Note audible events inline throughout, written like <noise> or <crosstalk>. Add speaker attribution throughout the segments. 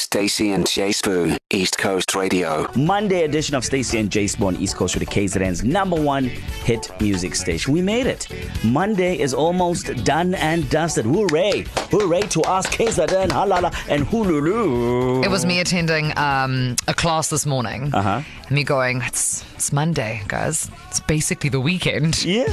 Speaker 1: Stacy and Jay Spoon, East Coast Radio.
Speaker 2: Monday edition of Stacy and Jay Spoon East Coast with the KZN's number one hit music station. We made it. Monday is almost done and dusted. Hooray! Hooray to us, KZN, Halala, and Hululu.
Speaker 3: It was me attending um, a class this morning. Uh
Speaker 2: Uh-huh.
Speaker 3: huh. Me going, it's, it's Monday, guys. It's basically the weekend.
Speaker 2: Yeah.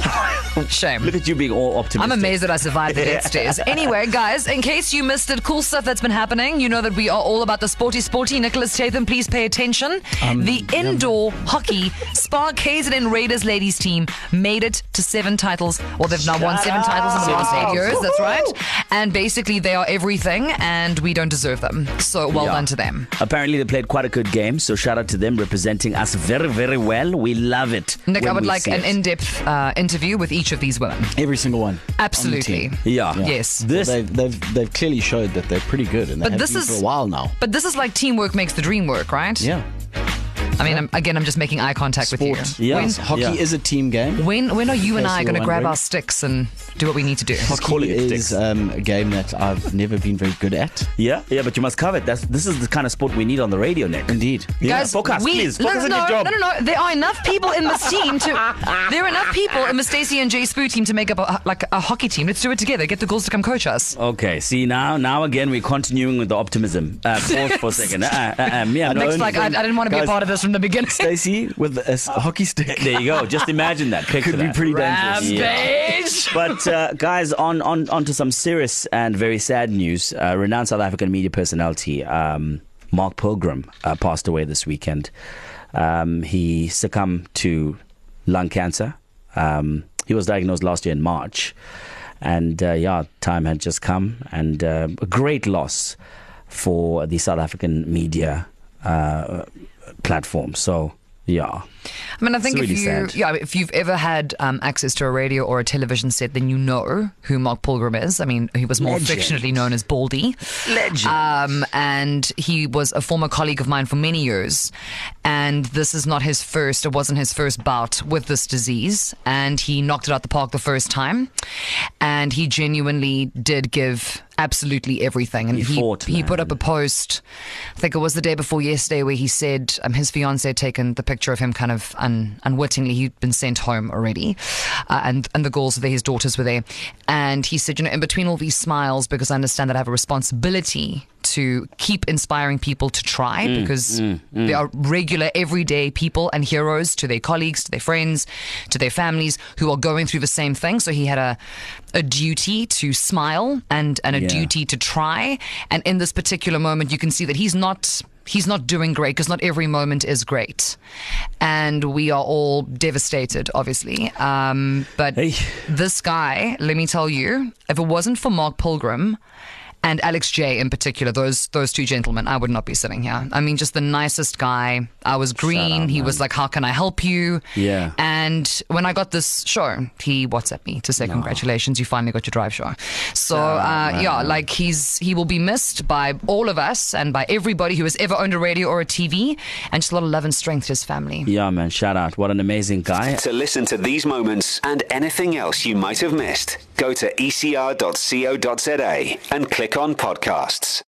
Speaker 2: <laughs>
Speaker 3: Shame.
Speaker 2: Look at you being all optimistic.
Speaker 3: I'm amazed that I survived the death stairs.
Speaker 2: <laughs>
Speaker 3: Anyway, guys, in case you missed it, cool stuff that's been happening. You know that we are all about the sporty, sporty. Nicholas Tatham, please pay attention.
Speaker 2: Um,
Speaker 3: the indoor hockey Spa KZN Raiders ladies team made it to seven titles. Well, they've now won
Speaker 2: Shut
Speaker 3: seven
Speaker 2: up.
Speaker 3: titles in the last
Speaker 2: Seven
Speaker 3: eight years. That's right.
Speaker 2: titles.
Speaker 3: And basically, they are everything, and we don't deserve them. So well
Speaker 2: Yeah.
Speaker 3: done to them.
Speaker 2: Apparently, they played quite a good game, so shout out to them representing us very, very well. We love it.
Speaker 3: Nick,
Speaker 2: when
Speaker 3: I would
Speaker 2: we
Speaker 3: like
Speaker 2: see
Speaker 3: an
Speaker 2: it.
Speaker 3: in depth uh, interview with each of these women.
Speaker 4: Every single one.
Speaker 3: Absolutely.
Speaker 2: Yeah.
Speaker 3: Yes.
Speaker 2: This
Speaker 4: They've, they've, they've clearly showed that they're pretty good and they
Speaker 3: But
Speaker 4: have
Speaker 3: this
Speaker 4: been
Speaker 3: is-
Speaker 4: for a while now.
Speaker 3: But this is like teamwork makes the dream work, right?
Speaker 4: Yeah.
Speaker 3: I mean, I'm, again, I'm just making eye contact with you.
Speaker 2: Yeah.
Speaker 3: When,
Speaker 4: Hockey
Speaker 2: Yeah.
Speaker 4: is a team game.
Speaker 3: when, when are you and
Speaker 4: case
Speaker 3: I
Speaker 4: you
Speaker 3: going to
Speaker 4: were
Speaker 3: grab
Speaker 4: wondering.
Speaker 3: our sticks and do what we need to do?
Speaker 2: calling it
Speaker 4: Hockey
Speaker 2: dicks.
Speaker 4: is um, a game that I've never been very good at.
Speaker 2: yeah, yeah, but you must cover it. That's this is the kind of sport we need on the radio, Nick.
Speaker 4: Indeed.
Speaker 2: Yeah,
Speaker 3: Guys,
Speaker 2: focus,
Speaker 3: we,
Speaker 2: please.
Speaker 3: no,
Speaker 2: Focus
Speaker 3: no,
Speaker 2: on your job.
Speaker 3: No, no, no. There are enough people in this
Speaker 2: <laughs>
Speaker 3: team to. There are enough people in the Stacey and Jay Spoo team to make up a, like a hockey team. Let's do it together. Get the girls to come coach us.
Speaker 2: Okay, see now, now again we're continuing with the optimism.
Speaker 3: <laughs>
Speaker 2: Uh, pause for a second. Uh, uh, uh, me, I'm the
Speaker 3: Nick's
Speaker 2: only
Speaker 3: like, I, I
Speaker 2: thing-
Speaker 3: didn't want to be a
Speaker 4: Guys.
Speaker 3: part of this from the beginning.
Speaker 4: Stacey with a s- hockey stick.
Speaker 2: There you go. Just imagine <laughs> that. Picture
Speaker 4: Could be
Speaker 2: that.
Speaker 4: pretty
Speaker 3: Rampage.
Speaker 4: dangerous.
Speaker 2: But uh, guys, on, on on to some serious and very sad news. Uh, renowned South African media personality um, Mark Pilgrim uh, passed away this weekend. Um, he succumbed to lung cancer. Um, he was diagnosed last year in March, and uh, yeah, time had just come, and uh, a great loss for the South African media uh, platform. So yeah,
Speaker 3: I mean, I think
Speaker 2: It's
Speaker 3: if
Speaker 2: really
Speaker 3: you,
Speaker 2: sad.
Speaker 3: yeah, if you've ever had um, access to a radio or a television set, then you know who Mark Pilgrim is. I mean, he was more
Speaker 2: Legend.
Speaker 3: affectionately known as Baldy.
Speaker 2: legend.
Speaker 3: Um, and he was a former colleague of mine for many years. And this is not his first, it wasn't his first bout with this disease. And he knocked it out the park the first time. And he genuinely did give absolutely everything. And
Speaker 2: He fought,
Speaker 3: he put
Speaker 2: man.
Speaker 3: up a post, I think it was the day before yesterday, where he said um, his fiance had taken the picture of him kind of un- unwittingly. He'd been sent home already, uh, and and the girls were there, his daughters were there, and he said, you know, in between all these smiles, because I understand that I have a responsibility to keep inspiring people to try because they are regular everyday people and heroes to their colleagues to their friends to their families who are going through the same thing so he had a a duty to smile and and a
Speaker 2: Yeah.
Speaker 3: duty to try. And in this particular moment, you can see that he's not. He's not doing great because not every moment is great, and we are all devastated, obviously. Um, but
Speaker 2: Hey.
Speaker 3: this guy, let me tell you, if it wasn't for Mark Pilgrim and Alex J in particular, those those two gentlemen, I would not be sitting here. I mean, just the nicest guy. I was green.
Speaker 2: out,
Speaker 3: he
Speaker 2: man.
Speaker 3: was like, "How can I help you?"
Speaker 2: Yeah.
Speaker 3: And when I got this show, he WhatsApped me to say, "Congratulations, you finally got your drive show." So uh, yeah, like he's he will be missed by all of us and by everybody who has ever owned a radio or a TV, and just a lot of love and strength to his family.
Speaker 2: Yeah, man, shout out. What an amazing guy.
Speaker 1: To listen to these moments and anything else E you might have missed, go to ecr.co.za and click on podcasts.